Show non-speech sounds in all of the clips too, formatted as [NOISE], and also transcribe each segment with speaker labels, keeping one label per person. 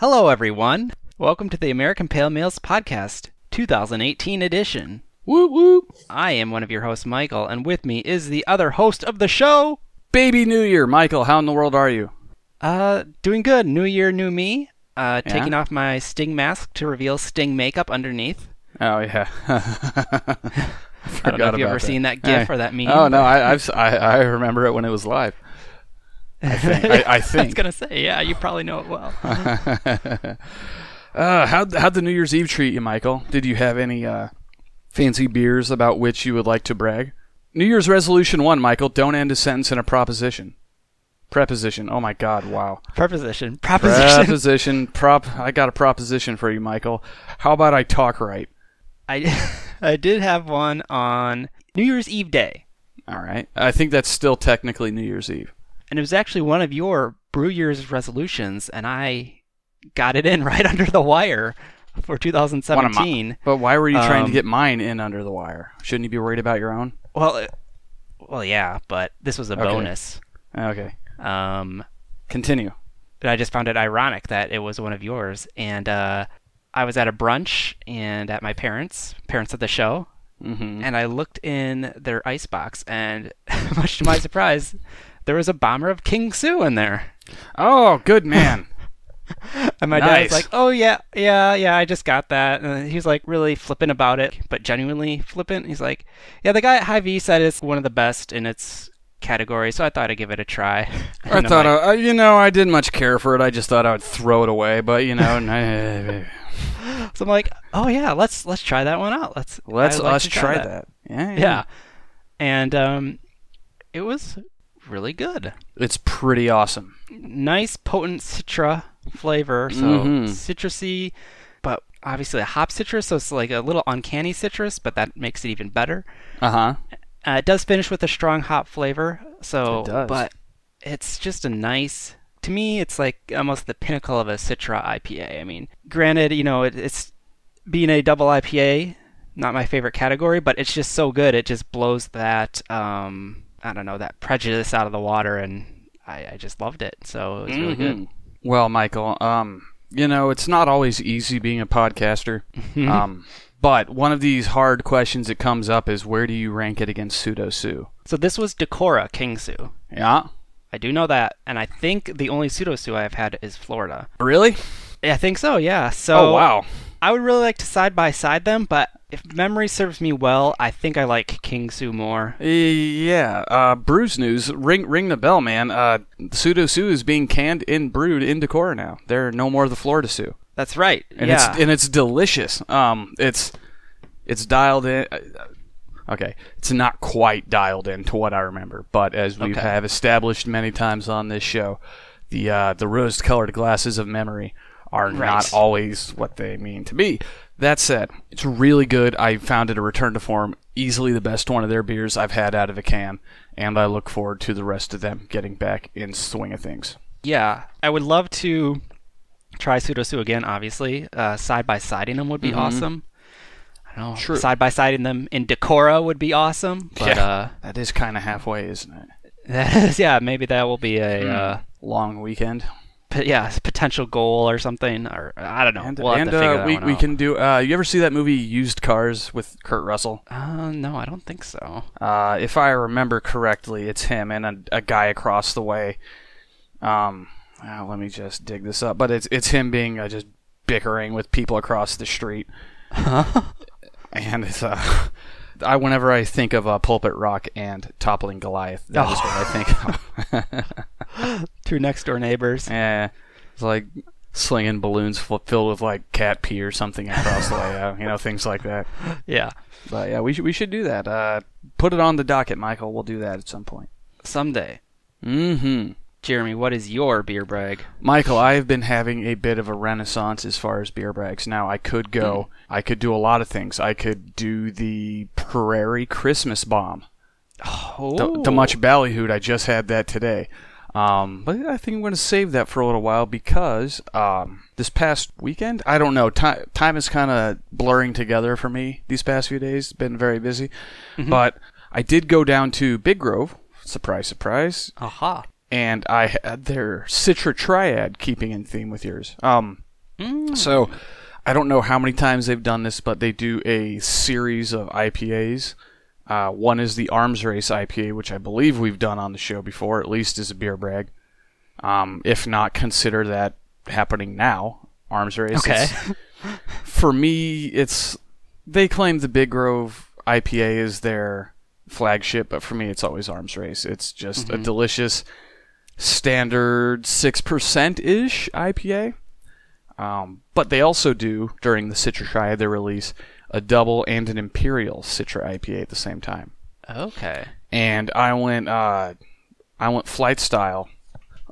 Speaker 1: Hello, everyone. Welcome to the American Pale Males Podcast, 2018 edition.
Speaker 2: Whoop whoop.
Speaker 1: I am one of your hosts, Michael, and with me is the other host of the show.
Speaker 2: Baby New Year, Michael. How in the world are you?
Speaker 1: Uh, doing good. New year, new me. Uh,
Speaker 2: Yeah?
Speaker 1: taking off my sting mask to reveal sting makeup underneath.
Speaker 2: Oh yeah. [LAUGHS]
Speaker 1: I don't know if
Speaker 2: about
Speaker 1: you've ever
Speaker 2: that.
Speaker 1: seen that GIF
Speaker 2: Hey.
Speaker 1: or that meme.
Speaker 2: Oh no, I, I've, si remember it when it was live.
Speaker 1: [LAUGHS]
Speaker 2: I think. I, I
Speaker 1: I was
Speaker 2: think.
Speaker 1: gonna say, yeah, you probably know it well.
Speaker 2: Uh, how how'd the New Year's Eve treat you, Michael? Did you have any uh, fancy beers about which you would like to brag? New Year's resolution one, Michael. Don't end a sentence in a proposition. Preposition. Oh my God! Wow.
Speaker 1: [LAUGHS] Preposition, proposition.
Speaker 2: Proposition. Prop. I got a proposition for you, Michael. How about I talk right?
Speaker 1: [LAUGHS] I, I did have one on New Year's Eve day,
Speaker 2: All right. I think that's still technically New Year's Eve.
Speaker 1: and it was actually one of your Brew Year's resolutions, and I got it in [LAUGHS] right under the wire for
Speaker 2: One of my-
Speaker 1: 2017.
Speaker 2: But why were you trying
Speaker 1: Um,
Speaker 2: to get mine in under the wire? Shouldn't you be worried about your own?
Speaker 1: Well, it, well, yeah, but this was a
Speaker 2: Okay.
Speaker 1: bonus.
Speaker 2: Okay.
Speaker 1: Um,
Speaker 2: Continue.
Speaker 1: and I just found it ironic that it was one of yours. And uh, I was at a brunch and at my parents, parents of the show,
Speaker 2: Mm-hmm.
Speaker 1: and I looked in their ice box, and [LAUGHS] much to my surprise, there was a bomber of King Sue in there.
Speaker 2: Oh, good man.
Speaker 1: And my dad was
Speaker 2: Nice.
Speaker 1: like, "Oh yeah, yeah, yeah, I just got that." And he's like really flippant about it, but genuinely flippant. He's like, "Yeah, the guy at High V said it's one of the best in its category, so I thought I'd give it a try."
Speaker 2: [LAUGHS]
Speaker 1: [LAUGHS]
Speaker 2: I
Speaker 1: And I'm
Speaker 2: thought,
Speaker 1: like,
Speaker 2: I, you know, I didn't much care for it. I just thought I would throw it away. But you [LAUGHS] know, n-
Speaker 1: so I'm like, "Oh yeah, let's let's try that one out. Let's
Speaker 2: uh, let's
Speaker 1: I'd like
Speaker 2: us
Speaker 1: to
Speaker 2: try that. Yeah,
Speaker 1: Yeah, and um, it was really good.
Speaker 2: It's pretty awesome.
Speaker 1: nice potent citra flavor so
Speaker 2: Mhm.
Speaker 1: citrusy but obviously a hop citrus so it's like a little uncanny citrus but that makes it even better
Speaker 2: Uh huh.
Speaker 1: uh, it does finish with a strong hop flavor so
Speaker 2: It does.
Speaker 1: but it's just a nice to me it's like almost the pinnacle of a citra ipa i mean granted you know it, it's being a double ipa not my favorite category but it's just so good it just blows that um i don't know that prejudice out of the water and i, I just loved it so it was
Speaker 2: Mm-hmm.
Speaker 1: really good
Speaker 2: Well, Michael, um, you know, it's not always easy being a podcaster. um, but one of these hard questions that comes up is where do you rank it against Pseudo Sue?
Speaker 1: So this was Decora Kingsu.
Speaker 2: Yeah.
Speaker 1: I do know that, and I think the only pseudosu I've had is Florida.
Speaker 2: Really?
Speaker 1: I think so, yeah. So
Speaker 2: Oh wow.
Speaker 1: I would really like to side by side them, but if memory serves me well, I think I like Kingsu more.
Speaker 2: Yeah, uh, Brews News, ring ring the bell, man. Uh, Pseudo Sue is being canned and brewed in Decorah now. They're no more the Florida Sue,
Speaker 1: That's right.
Speaker 2: and
Speaker 1: yeah.
Speaker 2: it's and it's delicious. Um, it's it's dialed in. uh, Okay, it's not quite dialed in to what I remember, but as we
Speaker 1: Okay.
Speaker 2: have established many times on this show, the uh, the rose-colored glasses of memory are
Speaker 1: Right.
Speaker 2: not always what they mean to be. That said, it's really good. I found it a return to form, easily the best one of their beers I've had out of a can, and I look forward to the rest of them getting back in swing of things.
Speaker 1: yeah. I would love to try pseudosu again, obviously. Uh, side by siding them would be awesome. I don't know.
Speaker 2: True.
Speaker 1: Side by siding them in Decora would be awesome. But
Speaker 2: Yeah.
Speaker 1: uh [LAUGHS]
Speaker 2: That is kind of halfway, isn't it?
Speaker 1: that is, yeah, maybe that will be a uh
Speaker 2: Long weekend.
Speaker 1: p- yeah, s- potential goal or something, or I don't know.
Speaker 2: And,
Speaker 1: we'll have
Speaker 2: and,
Speaker 1: to figure
Speaker 2: uh,
Speaker 1: that
Speaker 2: we,
Speaker 1: one
Speaker 2: we
Speaker 1: out.
Speaker 2: can do. Uh, you ever see that movie Used Cars with Kurt Russell?
Speaker 1: Uh, no, I don't think so.
Speaker 2: Uh, if I remember correctly, it's him and a, a guy across the way. Um, uh, let me just dig this up. But it's it's him being uh, just bickering with people across the
Speaker 1: [LAUGHS]
Speaker 2: street. and it's uh, I whenever I think of uh, Pulpit Rock and Toppling Goliath, that is
Speaker 1: Oh.
Speaker 2: what I think. of. [LAUGHS]
Speaker 1: Two next door neighbors.
Speaker 2: yeah, it's like slinging balloons fl- filled with like cat pee or something across the way. Uh, you know, things like that.
Speaker 1: Yeah,
Speaker 2: But yeah, we should we should do that. Uh, put it on the docket, Michael. We'll do that at some point.
Speaker 1: someday.
Speaker 2: Mm-hmm.
Speaker 1: Jeremy, what is your beer brag?
Speaker 2: Michael, I have been having a bit of a renaissance as far as beer brags. Now, I could go, I could do a lot of things. I could do the Prairie Christmas Bomb,
Speaker 1: Oh,
Speaker 2: the, the much ballyhooed. I just had that today. Um, but I think I'm going to save that for a little while because um, this past weekend, I don't know, ti time is kind of blurring together for me these past few days. Been very busy. But I did go down to Big Grove. Surprise, surprise
Speaker 1: aha.
Speaker 2: and I had their Citra Triad keeping in theme with yours. Um,
Speaker 1: Mm.
Speaker 2: So I don't know how many times they've done this, but they do a series of IPAs. Uh, one is the Arms Race IPA, which I believe we've done on the show before, at least as a beer brag. Um, if not, consider that happening now. Arms Race.
Speaker 1: Okay. [LAUGHS]
Speaker 2: It's- [LAUGHS] for me, it's they claim the Big Grove IPA is their flagship, but for me, it's always Arms Race. It's just
Speaker 1: Mm-hmm.
Speaker 2: a delicious standard six percent ish IPA. Um, but they also do during the Citra Try they release a double and an imperial Citra IPA at the same time.
Speaker 1: Okay.
Speaker 2: And I went, uh, I went flight style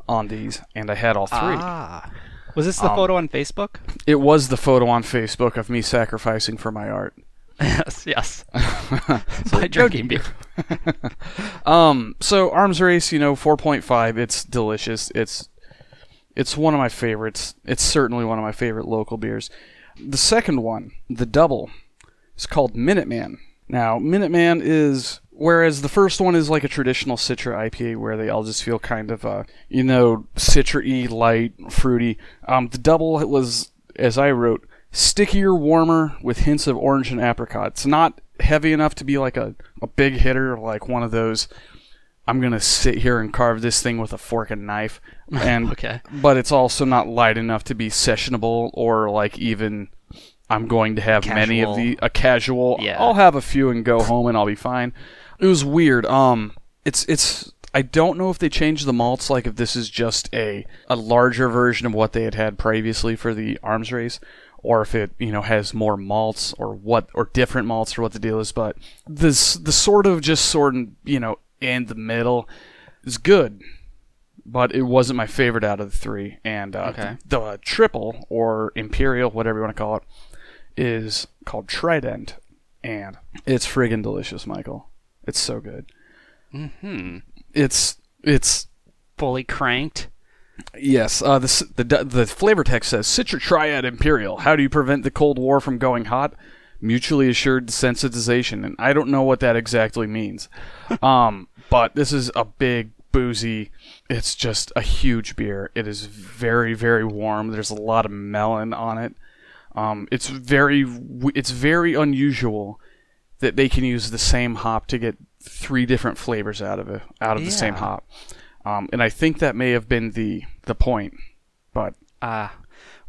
Speaker 2: on these, and I had all three.
Speaker 1: Ah. Was this the
Speaker 2: Um,
Speaker 1: photo on Facebook?
Speaker 2: It was the photo on Facebook of me sacrificing for my art.
Speaker 1: [LAUGHS] yes, [LAUGHS] yes. By drinking beer.
Speaker 2: Um, so Arms Race, you know, 4.5. It's delicious. It's it's one of my favorites. It's certainly one of my favorite local beers. The second one, the double, is called Minuteman. Now, Minuteman is whereas the first one is like a traditional Citra IPA where they all just feel kind of uh, you know, citra-y, light, fruity. Um, the double was as I wrote, stickier, warmer with hints of orange and apricot. It's not heavy enough to be like a, a big hitter like one of those I'm gonna sit here and carve this thing with a fork
Speaker 1: [LAUGHS]
Speaker 2: and knife. And
Speaker 1: Okay.
Speaker 2: but it's also not light enough to be sessionable or like even I'm going to have many
Speaker 1: Casual.
Speaker 2: of the a casual.
Speaker 1: Yeah.
Speaker 2: I'll have a few and go home and I'll be fine. It was weird. Um, it's it's. I don't know if they changed the malts. Like if this is just a a larger version of what they had had previously for the arms race, or if it you know has more malts or what or different malts or what the deal is. But this the sort of just sort of you know in the middle is good but it wasn't my favorite out of the three. And uh,
Speaker 1: Okay.
Speaker 2: the, the triple or imperial, whatever you want to call it, is called Trident, and it's friggin' delicious, Michael. It's so good.
Speaker 1: Hmm.
Speaker 2: It's it's
Speaker 1: Fully cranked.
Speaker 2: yes. Uh, the s- the d- the flavor text says Citra Triad Imperial. How do you prevent the Cold War from going hot? Mutually assured desensitization, and I don't know what that exactly means. um, but this is a big boozy. It's just a huge beer. It is very very warm. There's a lot of melon on it. Um, it's very w- it's very unusual that they can use the same hop to get three different flavors out of it out of the same
Speaker 1: Yeah.
Speaker 2: hop. Um, and I think that may have been the the point, but
Speaker 1: Ah.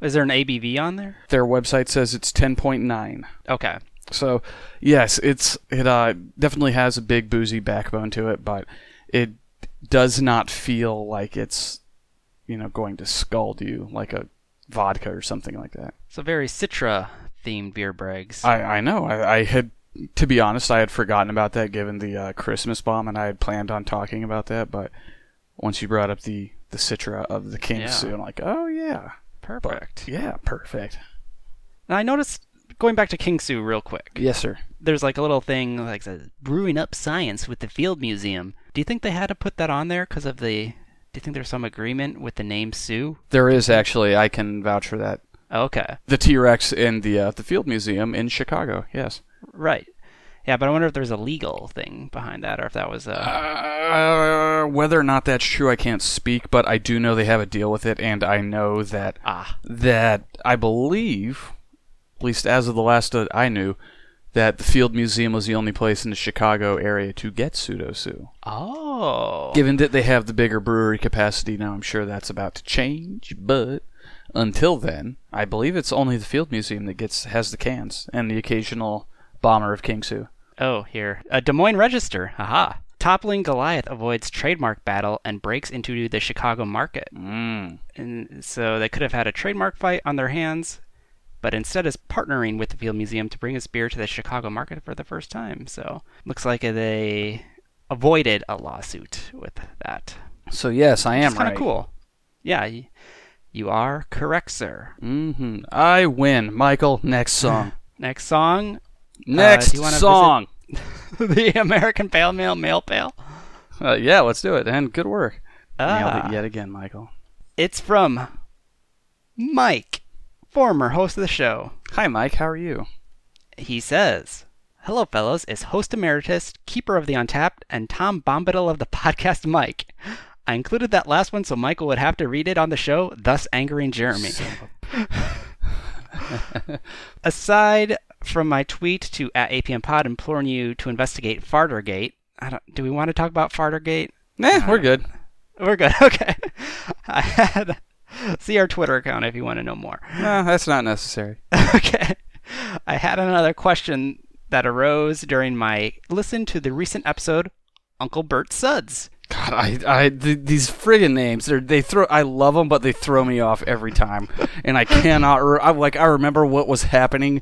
Speaker 1: is there an ABV on there?
Speaker 2: their website says it's 10.9.
Speaker 1: Okay.
Speaker 2: So yes, it's it uh, definitely has a big boozy backbone to it, but it does not feel like it's you know going to scald you like a vodka or something like that.
Speaker 1: So very Citra themed beer brags.
Speaker 2: I I know I, I had to be honest I had forgotten about that given the uh, Christmas bomb, and I had planned on talking about that, but once you brought up the the Citra of the King
Speaker 1: Yeah.
Speaker 2: Sue, I'm like, oh yeah,
Speaker 1: Perfect.
Speaker 2: yeah, perfect.
Speaker 1: Now I noticed going back to King Su real quick.
Speaker 2: Yes, sir.
Speaker 1: There's like a little thing like says brewing up science with the Field Museum. Do you think they had to put that on there because of the? Do you think there's some agreement with the name Sue?
Speaker 2: There is actually. I can vouch for that.
Speaker 1: Okay,
Speaker 2: The T Rex in the uh, the Field Museum in Chicago. Yes.
Speaker 1: right. Yeah, but I wonder if there's a legal thing behind that, or if that was uh,
Speaker 2: Uh, whether or not that's true, I can't speak, but I do know they have a deal with it, and I know that
Speaker 1: ah
Speaker 2: that I believe, at least as of the last that I knew, that the Field Museum was the only place in the Chicago area to get pseudo sue.
Speaker 1: oh
Speaker 2: Given that they have the bigger brewery capacity now, I'm sure that's about to change. But until then, I believe it's only the Field Museum that gets has the cans and the occasional bomber of King Sue.
Speaker 1: oh here a Des Moines Register, haha. Toppling Goliath avoids trademark battle and breaks into the Chicago market.
Speaker 2: Mm.
Speaker 1: And so they could have had a trademark fight on their hands, but instead is partnering with the Field Museum to bring his beer to the Chicago market for the first time. So looks like they avoided a lawsuit with that.
Speaker 2: So yes, I am
Speaker 1: It's kind
Speaker 2: right.
Speaker 1: of cool. Yeah, y- you are correct, sir.
Speaker 2: hmm I win, Michael.
Speaker 1: [LAUGHS]
Speaker 2: Next song.
Speaker 1: Next song,
Speaker 2: Next
Speaker 1: do Uh, you wanna
Speaker 2: song.
Speaker 1: [LAUGHS] the American Pale Mail Mail Pail.
Speaker 2: Uh, yeah, let's do it. And good work. Nailed
Speaker 1: Ah,
Speaker 2: it yet again, Michael.
Speaker 1: It's from Mike, former host of the show.
Speaker 2: Hi, Mike. How are you?
Speaker 1: He says, Hello, fellows. It's host emeritus, keeper of the Untapped, and Tom Bombadil of the podcast, Mike. I included that last one so Michael would have to read it on the show, thus angering Jeremy. [LAUGHS] Aside from my tweet to at APM Pod imploring you to investigate Fartergate, I don't. Do we want to talk about Fartergate?
Speaker 2: Nah, we're good.
Speaker 1: We're good. [LAUGHS] Okay. I had see our Twitter account if you want to know more. [LAUGHS]
Speaker 2: No, that's not necessary.
Speaker 1: Okay. I had another question that arose during my listen to the recent episode, Uncle Bert Suds.
Speaker 2: God, I, I th- these friggin' names. They're, they throw. I love them, but they throw me off
Speaker 1: [LAUGHS]
Speaker 2: every time, and I cannot. Re- I like. I remember what was happening.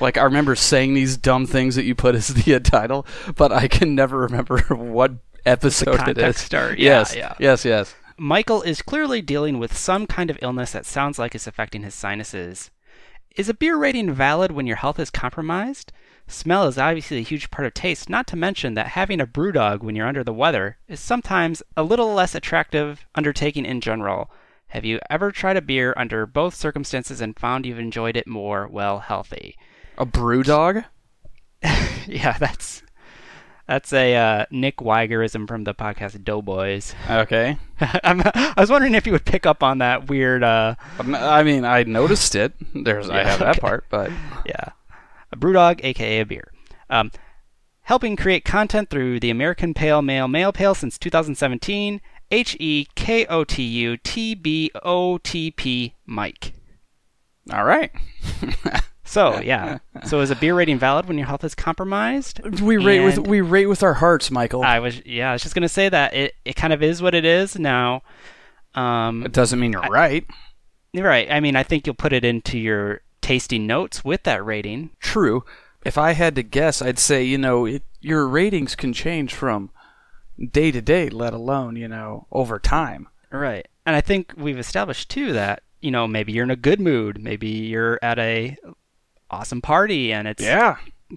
Speaker 2: Like I remember saying these dumb things that you put as the [LAUGHS] uh, title, but I can never remember [LAUGHS] what episode it
Speaker 1: Context
Speaker 2: is.
Speaker 1: star. Yeah,
Speaker 2: Yes,
Speaker 1: yeah.
Speaker 2: yes, yes.
Speaker 1: Michael is clearly dealing with some kind of illness that sounds like it's affecting his sinuses. Is a beer rating valid when your health is compromised? Smell is obviously a huge part of taste, not to mention that having a brew dog when you're under the weather is sometimes a little less attractive undertaking in general. Have you ever tried a beer under both circumstances and found you've enjoyed it more well healthy? [LAUGHS]
Speaker 2: A brew dog.
Speaker 1: yeah, that's that's a uh, Nick Weigerism from the podcast Doughboys.
Speaker 2: Okay.
Speaker 1: [LAUGHS] I'm, I was wondering if you would pick up on that weird uh,
Speaker 2: Um, I mean, I noticed it. There's, I
Speaker 1: Yeah,
Speaker 2: have [LAUGHS] that
Speaker 1: okay.
Speaker 2: part, but
Speaker 1: yeah. A brewdog, aka a beer. Um, helping create content through the American Pale Male Male Pale since 2017. H E K O T U T B O T P Mike.
Speaker 2: all right.
Speaker 1: So yeah. so is a beer rating valid when your health is compromised?
Speaker 2: We rate with
Speaker 1: And-
Speaker 2: we rate with our hearts, Michael.
Speaker 1: I was yeah. I was just gonna say that it, it kind of is what it is now. Um,
Speaker 2: it doesn't mean you're right.
Speaker 1: right. I mean, I think you'll put it into your tasting notes with that rating.
Speaker 2: True. If I had to guess, I'd say you know it, your ratings can change from day to day, let alone you know over time.
Speaker 1: Right. And I think we've established too that, you know, maybe you're in a good mood, maybe you're at a awesome party and it's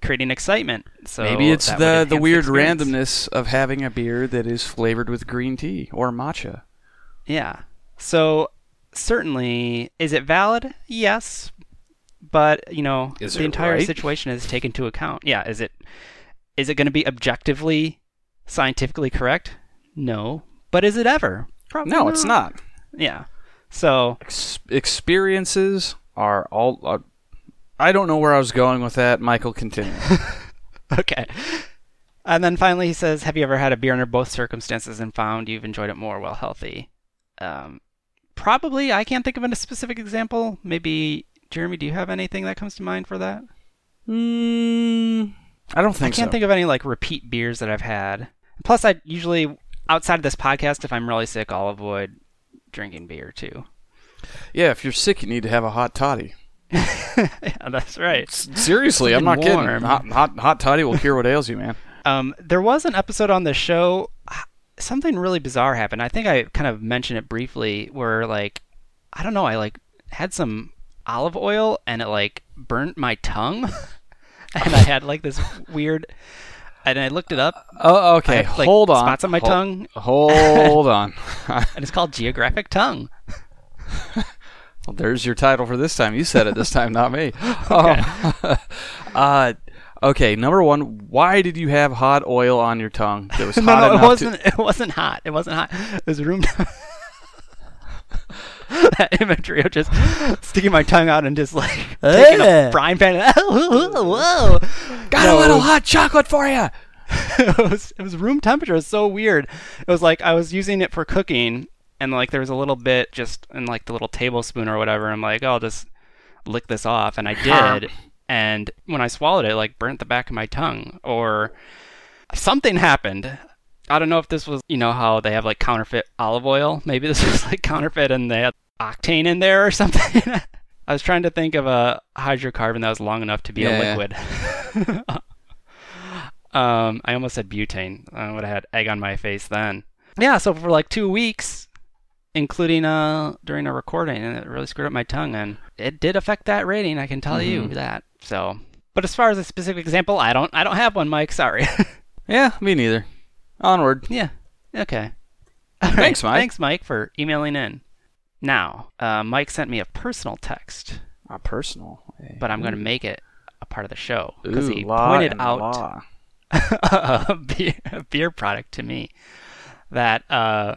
Speaker 1: creating excitement. So
Speaker 2: Maybe it's
Speaker 1: that would
Speaker 2: the the
Speaker 1: enhance
Speaker 2: weird
Speaker 1: experience.
Speaker 2: randomness of having a beer that is flavored with green tea or matcha.
Speaker 1: Yeah. So certainly is it valid? Yes. But, you know,
Speaker 2: Is
Speaker 1: the
Speaker 2: it
Speaker 1: entire
Speaker 2: right?
Speaker 1: situation is taken into account. Yeah, is it is it going to be objectively scientifically correct? No. But is it ever? Probably
Speaker 2: No, it's not.
Speaker 1: Yeah. So,
Speaker 2: Ex- experiences are all. Are, I don't know where I was going with that. Michael, continue.
Speaker 1: [LAUGHS] Okay. And then finally, he says, "Have you ever had a beer under both circumstances and found you've enjoyed it more while healthy?" Um, probably. I can't think of a specific example. Maybe Jeremy, do you have anything that comes to mind for that?
Speaker 2: Mm, I don't
Speaker 1: I
Speaker 2: think
Speaker 1: can't
Speaker 2: so.
Speaker 1: think of any like repeat beers that I've had. Plus, I usually outside of this podcast, if I'm really sick, I'll avoid drinking beer too. [LAUGHS]
Speaker 2: yeah, if you're sick, you need to have a hot toddy.
Speaker 1: yeah, that's right.
Speaker 2: S- Seriously, I'm not
Speaker 1: Something warm.
Speaker 2: kidding. Hot, hot, hot toddy will cure what ails you, man.
Speaker 1: Um, there was an episode on the show. Something really bizarre happened. I think I kind of mentioned it briefly, where like, I don't know, I like had some olive oil and it like burnt my tongue, [LAUGHS] and I had like this weird. And I looked it up. [LAUGHS]
Speaker 2: Oh,
Speaker 1: I
Speaker 2: okay.
Speaker 1: have, like,
Speaker 2: hold on.
Speaker 1: Spots on my
Speaker 2: Hol-
Speaker 1: tongue, [LAUGHS]
Speaker 2: Hold on. [LAUGHS]
Speaker 1: and it's called geographic tongue.
Speaker 2: Well, there's your title for this time. You said it this time, not
Speaker 1: [LAUGHS]
Speaker 2: me. [LAUGHS] Um, [LAUGHS] uh, okay. Number one, why did you have hot oil on your tongue that was
Speaker 1: [LAUGHS]
Speaker 2: hot
Speaker 1: No, no, it
Speaker 2: enough
Speaker 1: wasn't. It wasn't hot. It wasn't hot. It was room. [LAUGHS] that imagery of just sticking my tongue out and just like [LAUGHS] taking a
Speaker 2: Yeah.
Speaker 1: frying pan. [LAUGHS] Whoa!
Speaker 2: to? Got
Speaker 1: No,
Speaker 2: a
Speaker 1: it
Speaker 2: little
Speaker 1: was-
Speaker 2: hot chocolate for you.
Speaker 1: [LAUGHS] it was it was room temperature. It was so weird. It was like I was using it for cooking, and like there was a little bit just in like the little tablespoon or whatever. I'm like, "Oh, I'll just lick this off, and I did. and when I swallowed it, it, like burnt the back of my tongue, or something happened. I don't know if this was you know how they have like counterfeit olive oil. Maybe this [LAUGHS] was like counterfeit, and they had octane in there or [LAUGHS] something. I was trying to think of a hydrocarbon that was long enough to be
Speaker 2: Yeah,
Speaker 1: a
Speaker 2: yeah.
Speaker 1: liquid. [LAUGHS] Um, I almost said butane. I would have had egg on my face then. Yeah, so for like two weeks, including uh during a recording, and it really screwed up my tongue, and it did affect that rating. I can tell you
Speaker 2: Mm-hmm.
Speaker 1: that. So, but as far as a specific example, I don't, I don't have one, Mike. Sorry. [LAUGHS]
Speaker 2: Yeah, me neither. Onward.
Speaker 1: yeah. Okay.
Speaker 2: Thanks, Mike.
Speaker 1: Thanks, Mike, for emailing in. Now, uh, Mike sent me a personal text,
Speaker 2: Not personal.
Speaker 1: but I'm going to make it a part of the show because
Speaker 2: Because
Speaker 1: he pointed out. [LAUGHS]
Speaker 2: Law.
Speaker 1: a beer, a beer product to me that uh,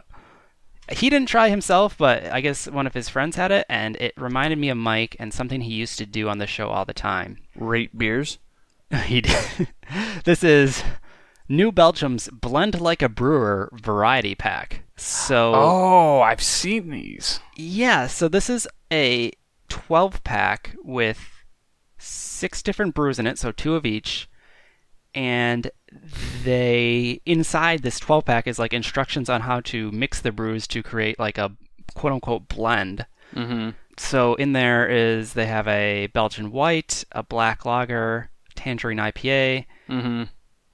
Speaker 1: He didn't try himself, but I guess one of his friends had it, and it reminded me of Mike and something he used to do on the show all the time. [LAUGHS]
Speaker 2: Rate beers.
Speaker 1: He did. [LAUGHS] this is New Belgium's Blend Like a Brewer variety pack. So,
Speaker 2: Oh, I've seen these.
Speaker 1: yeah, so this is a 12 pack with six different brews in it, so two of each. And they, inside this 12 pack, is like instructions on how to mix the brews to create like a quote unquote blend.
Speaker 2: Mm-hmm.
Speaker 1: So in there is they have a Belgian white, a black lager, tangerine IPA,
Speaker 2: Mm-hmm.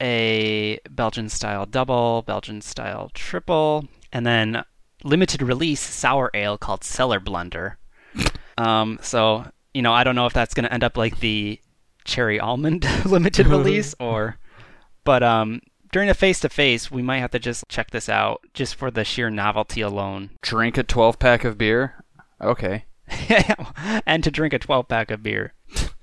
Speaker 1: a Belgian style double, Belgian style triple, and then limited release sour ale called Cellar Blunder. Um, so you know, I don't know if that's going to end up like the cherry almond [LAUGHS] limited release or, but um, during a face to face, we might have to just check this out just for the sheer novelty alone, [LAUGHS]
Speaker 2: Drink a 12 pack of beer. Okay.
Speaker 1: and to drink a twelve pack of beer.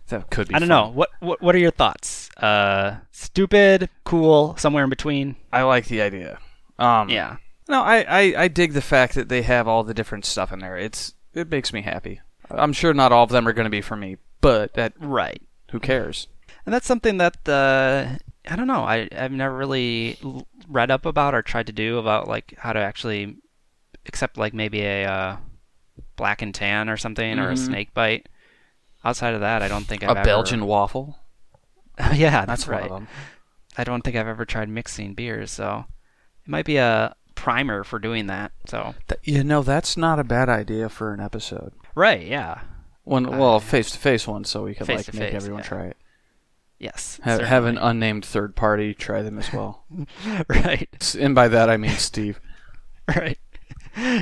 Speaker 2: That could be.
Speaker 1: I don't know. What, what what are your thoughts? Uh, stupid, cool, somewhere in between.
Speaker 2: I like the idea. Um,
Speaker 1: Yeah.
Speaker 2: No, I, I, I dig the fact that they have all the different stuff in there. It's it makes me happy. I'm sure not all of them are going to be for me, but that
Speaker 1: Right.
Speaker 2: who cares?
Speaker 1: And that's something that the I don't know. I I've never really l- read up about or tried to do about like how to actually except like maybe a uh, black and tan or something or a
Speaker 2: Mhm.
Speaker 1: snake bite. Outside of that, I don't think I've
Speaker 2: a
Speaker 1: ever-
Speaker 2: Belgian waffle.
Speaker 1: [LAUGHS] yeah, that's,
Speaker 2: That's
Speaker 1: right.
Speaker 2: one of them.
Speaker 1: I don't think I've ever tried mixing beers, so it might be a primer for doing that. So
Speaker 2: Th- you know, that's not a bad idea for an episode.
Speaker 1: right, yeah,
Speaker 2: One well, face to face one, so we could like
Speaker 1: Face-to-face,
Speaker 2: make everyone
Speaker 1: yeah.
Speaker 2: try it.
Speaker 1: yes,
Speaker 2: Ha- have an
Speaker 1: certainly.
Speaker 2: unnamed third party try them
Speaker 1: [LAUGHS]
Speaker 2: as well.
Speaker 1: right.
Speaker 2: S- and by that I mean
Speaker 1: [LAUGHS]
Speaker 2: Steve.
Speaker 1: Right.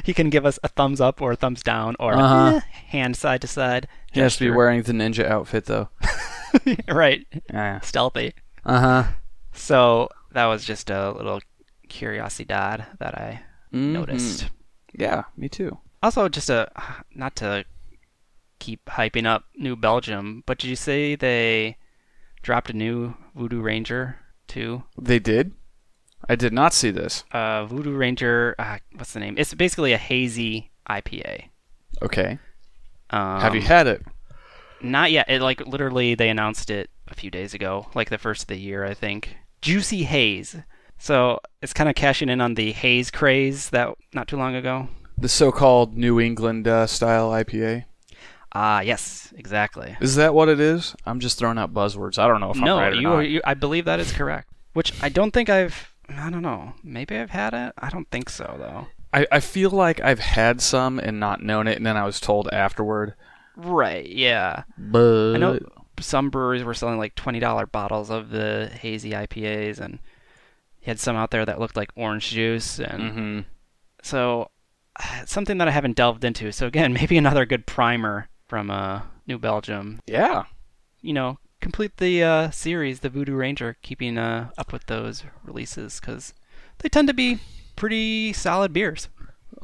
Speaker 1: He can give us a thumbs up or a thumbs down or a
Speaker 2: Uh-huh.
Speaker 1: eh, hand side to side.
Speaker 2: He has to be
Speaker 1: gesture.
Speaker 2: wearing the ninja outfit though.
Speaker 1: [LAUGHS] right.
Speaker 2: Yeah.
Speaker 1: Stealthy.
Speaker 2: Uh huh.
Speaker 1: So that was just a little curiosity dad that I
Speaker 2: Mm-hmm.
Speaker 1: noticed.
Speaker 2: Yeah, me too.
Speaker 1: Also, just a not to keep hyping up New Belgium, but did you say they dropped a new Voodoo Ranger too?
Speaker 2: They did. I did not see this.
Speaker 1: Uh, Voodoo Ranger, uh, what's the name? It's basically a hazy IPA.
Speaker 2: Okay.
Speaker 1: Um,
Speaker 2: have you had it?
Speaker 1: Not yet. It like literally they announced it a few days ago, like the first of the year, I think. Juicy Haze. So it's kind of cashing in on the haze craze that not too long ago.
Speaker 2: The so-called New England uh, style IPA.
Speaker 1: Ah, yes, exactly.
Speaker 2: Is that what it is? I'm just throwing out buzzwords. I don't know if
Speaker 1: no,
Speaker 2: I'm right or
Speaker 1: you,
Speaker 2: not.
Speaker 1: you. I believe that is correct. Which I don't think I've. I don't know. Maybe I've had it. I don't think so though.
Speaker 2: I, I feel like I've had some and not known it, and then I was told afterward.
Speaker 1: Right. Yeah.
Speaker 2: But
Speaker 1: I know
Speaker 2: Uh,
Speaker 1: some breweries were selling like twenty dollar bottles of the hazy IPAs, and you had some out there that looked like orange juice and.
Speaker 2: hmm
Speaker 1: So, uh, something that I haven't delved into. So again, [LAUGHS] maybe another good primer from uh, New Belgium.
Speaker 2: Yeah.
Speaker 1: You know, complete the uh, series, the Voodoo Ranger, keeping uh, up with those releases because they tend to be pretty solid beers.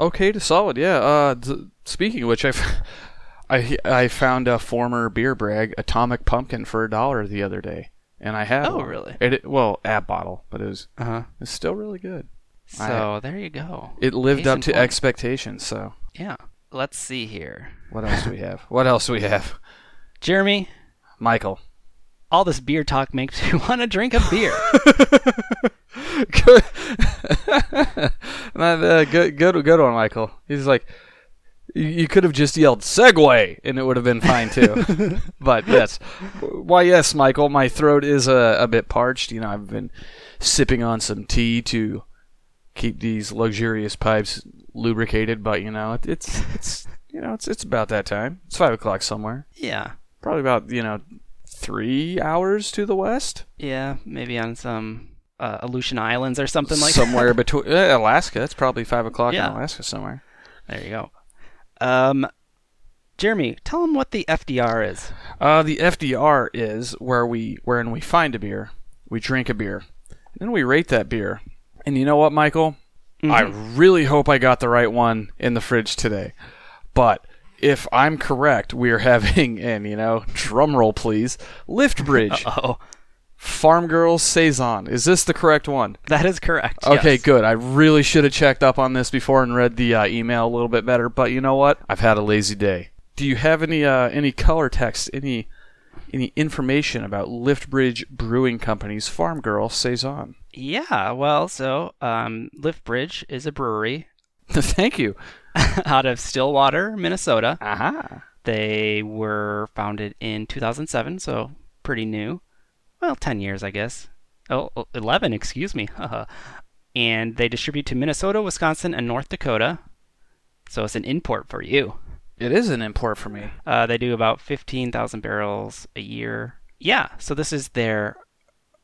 Speaker 2: Okay, to solid. Yeah. Uh, th- speaking of which, I, f- [LAUGHS] I, I found a former beer brag atomic pumpkin for a dollar the other day, and I had.
Speaker 1: Oh,
Speaker 2: one.
Speaker 1: really?
Speaker 2: It, it- well, at bottle, but it was
Speaker 1: Uh huh.
Speaker 2: it's still really good.
Speaker 1: So there you go.
Speaker 2: It lived
Speaker 1: Case
Speaker 2: up
Speaker 1: in
Speaker 2: to
Speaker 1: point.
Speaker 2: expectations. So
Speaker 1: yeah. Let's see here,
Speaker 2: what else do we have? What else do we have?
Speaker 1: Jeremy.
Speaker 2: Michael.
Speaker 1: All this beer talk makes [LAUGHS] me want to drink a beer.
Speaker 2: good, [LAUGHS] Not, uh, good, good, good one, Michael. He's like, you, you could have just yelled "Segway" and it would have been fine too. but yes, why yes, Michael. My throat is a, a bit parched. You know, I've been sipping on some tea to keep these luxurious pipes lubricated. But you know, it, it's it's you know, it's it's about that time. It's five o'clock somewhere.
Speaker 1: yeah.
Speaker 2: Probably about you know three hours to the west.
Speaker 1: Yeah. Maybe on some uh, Aleutian Islands or something like that.
Speaker 2: somewhere between uh, Alaska. It's probably five o'clock
Speaker 1: Yeah.
Speaker 2: in Alaska somewhere.
Speaker 1: There you go. Um, Jeremy, tell him what the FDR is.
Speaker 2: Uh, the FDR is where we wherein we find a beer, we drink a beer, then we rate that beer. And you know what, Michael? I
Speaker 1: Mm-hmm.
Speaker 2: [LAUGHS] really hope I got the right one in the fridge today. But if I'm
Speaker 1: [LAUGHS]
Speaker 2: [LAUGHS] correct, we are having an you know drum roll please lift bridge
Speaker 1: Oh,
Speaker 2: Farm Girl Saison. Is this the correct one?
Speaker 1: That is correct.
Speaker 2: Okay,
Speaker 1: yes.
Speaker 2: good. I really should have checked up on this before and read the uh, email a little bit better. But you know what? I've had a lazy day. Do you have any uh, any color text, any any information about Liftbridge Brewing Company's Farm Girl saison? [LAUGHS]
Speaker 1: Yeah, well, so um, Liftbridge is a brewery [LAUGHS]
Speaker 2: Thank you.
Speaker 1: out of Stillwater, Minnesota.
Speaker 2: Aha.
Speaker 1: They were founded in 2007, so pretty new. Well, 10 years, I guess. Oh, 11, excuse me. [LAUGHS] and they distribute to Minnesota, Wisconsin, and North Dakota. So it's an import for you.
Speaker 2: It is an import for me.
Speaker 1: Uh, they do about 15,000 barrels a year. Yeah, so this is their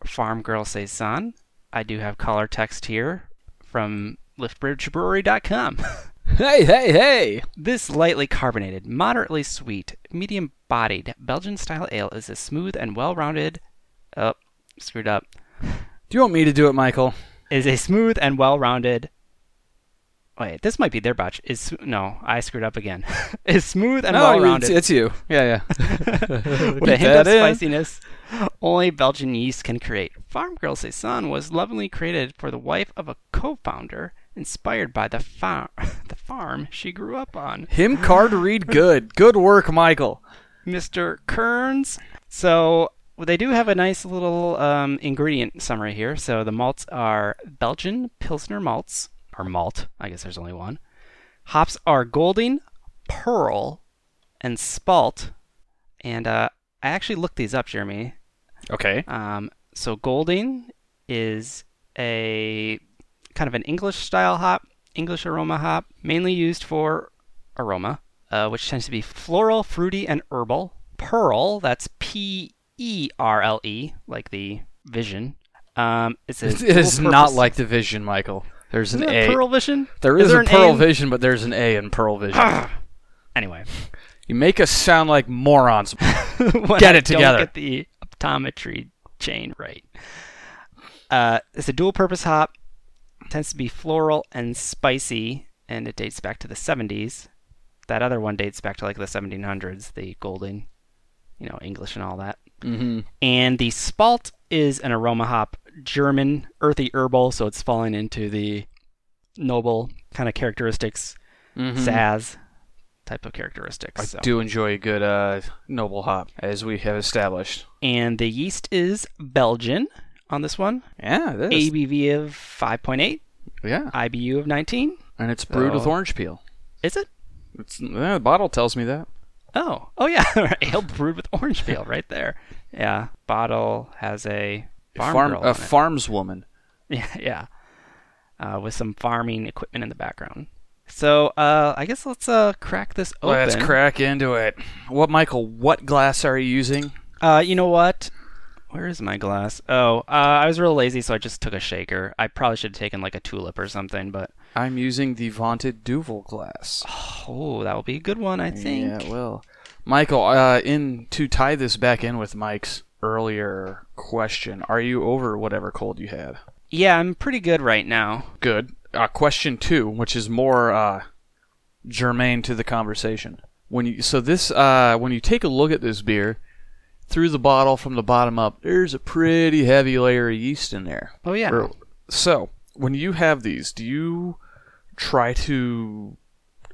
Speaker 1: Farm Girl Saison. I do have collar text here from liftbridgebrewery.com.
Speaker 2: Hey, hey, hey.
Speaker 1: [LAUGHS] This lightly carbonated, moderately sweet, medium bodied Belgian style ale is a smooth and well rounded. Oh, screwed up.
Speaker 2: Do you want me to do it, Michael?
Speaker 1: Is a smooth and well rounded. Wait, this might be their batch. Is no, I screwed up again. [LAUGHS] is smooth and well
Speaker 2: it's,
Speaker 1: rounded
Speaker 2: it's you. Yeah, yeah.
Speaker 1: with a hint of
Speaker 2: that in.
Speaker 1: spiciness only Belgian yeast can create. Farm Girl Saison was lovingly created for the wife of a co-founder, inspired by the farm [LAUGHS] the farm she grew up on.
Speaker 2: Him card read good. Good work, Michael.
Speaker 1: Mr. Kearns. So they do have a nice little um, ingredient summary here. So the malts are Belgian Pilsner malts, or malt, I guess there's only one. Hops are Golding, Pearl, and Spalt. And uh, I actually looked these up, Jeremy.
Speaker 2: Okay.
Speaker 1: Um, so Golding is a kind of an English style hop, English aroma hop, mainly used for aroma, uh, which tends to be floral, fruity, and herbal. Pearl, that's P E R L E, like the vision. Um, it's a
Speaker 2: [LAUGHS] It is
Speaker 1: dual
Speaker 2: not
Speaker 1: purpose-
Speaker 2: like the Vision, Michael. There's an
Speaker 1: Isn't
Speaker 2: A.
Speaker 1: it Pearl Vision.
Speaker 2: There is,
Speaker 1: there
Speaker 2: a
Speaker 1: an
Speaker 2: Ah! Pearl
Speaker 1: in-
Speaker 2: Vision, but there's an A in Pearl Vision.
Speaker 1: Anyway,
Speaker 2: You make us sound like morons.
Speaker 1: [LAUGHS] when
Speaker 2: Get
Speaker 1: I don't
Speaker 2: it together.
Speaker 1: get the optometry chain right. Uh, it's a dual purpose hop, tends to be floral and spicy, and it dates back to the 70s. That other one dates back to like the 1700s, the golden, you know, English and all that.
Speaker 2: mm-hmm.
Speaker 1: And the spalt is an aroma hop, German, earthy herbal, so it's falling into the noble kind of characteristics, Zaz type of characteristics.
Speaker 2: Mm-hmm.
Speaker 1: so.
Speaker 2: I do enjoy a good uh, noble hop, as we have established.
Speaker 1: and the yeast is Belgian on this one.
Speaker 2: Yeah, it is.
Speaker 1: ABV of 5.8,
Speaker 2: yeah,
Speaker 1: IBU of 19.
Speaker 2: and it's brewed with
Speaker 1: So-
Speaker 2: orange peel.
Speaker 1: Is it?
Speaker 2: It's, yeah, the bottle tells me that.
Speaker 1: Oh, oh yeah, [LAUGHS] ale brewed with orange
Speaker 2: [LAUGHS]
Speaker 1: peel right there. Yeah, bottle has a farm, girl
Speaker 2: a
Speaker 1: on it.
Speaker 2: farms woman.
Speaker 1: [LAUGHS] yeah, yeah, uh, with some farming equipment in the background. So uh, I guess let's uh, crack this open.
Speaker 2: Let's crack into it. What, Michael? What glass are you using?
Speaker 1: Uh, you know what? Where is my glass? Oh, uh, I was real lazy, so I just took a shaker. I probably should have taken like a tulip or something, but [SIGHS]
Speaker 2: I'm using the vaunted Duval glass.
Speaker 1: oh, that will be a good one, I think.
Speaker 2: Yeah, well, Michael, uh, in to tie this back in with Mike's earlier question, are you over whatever cold you had?
Speaker 1: Yeah, I'm pretty good right now.
Speaker 2: Good. Uh, question two, which is more uh, germane to the conversation. When you so this uh, when you take a look at this beer through the bottle from the bottom up, there's a pretty heavy layer of yeast in there.
Speaker 1: Oh yeah.
Speaker 2: Or- So when you have these, do you try to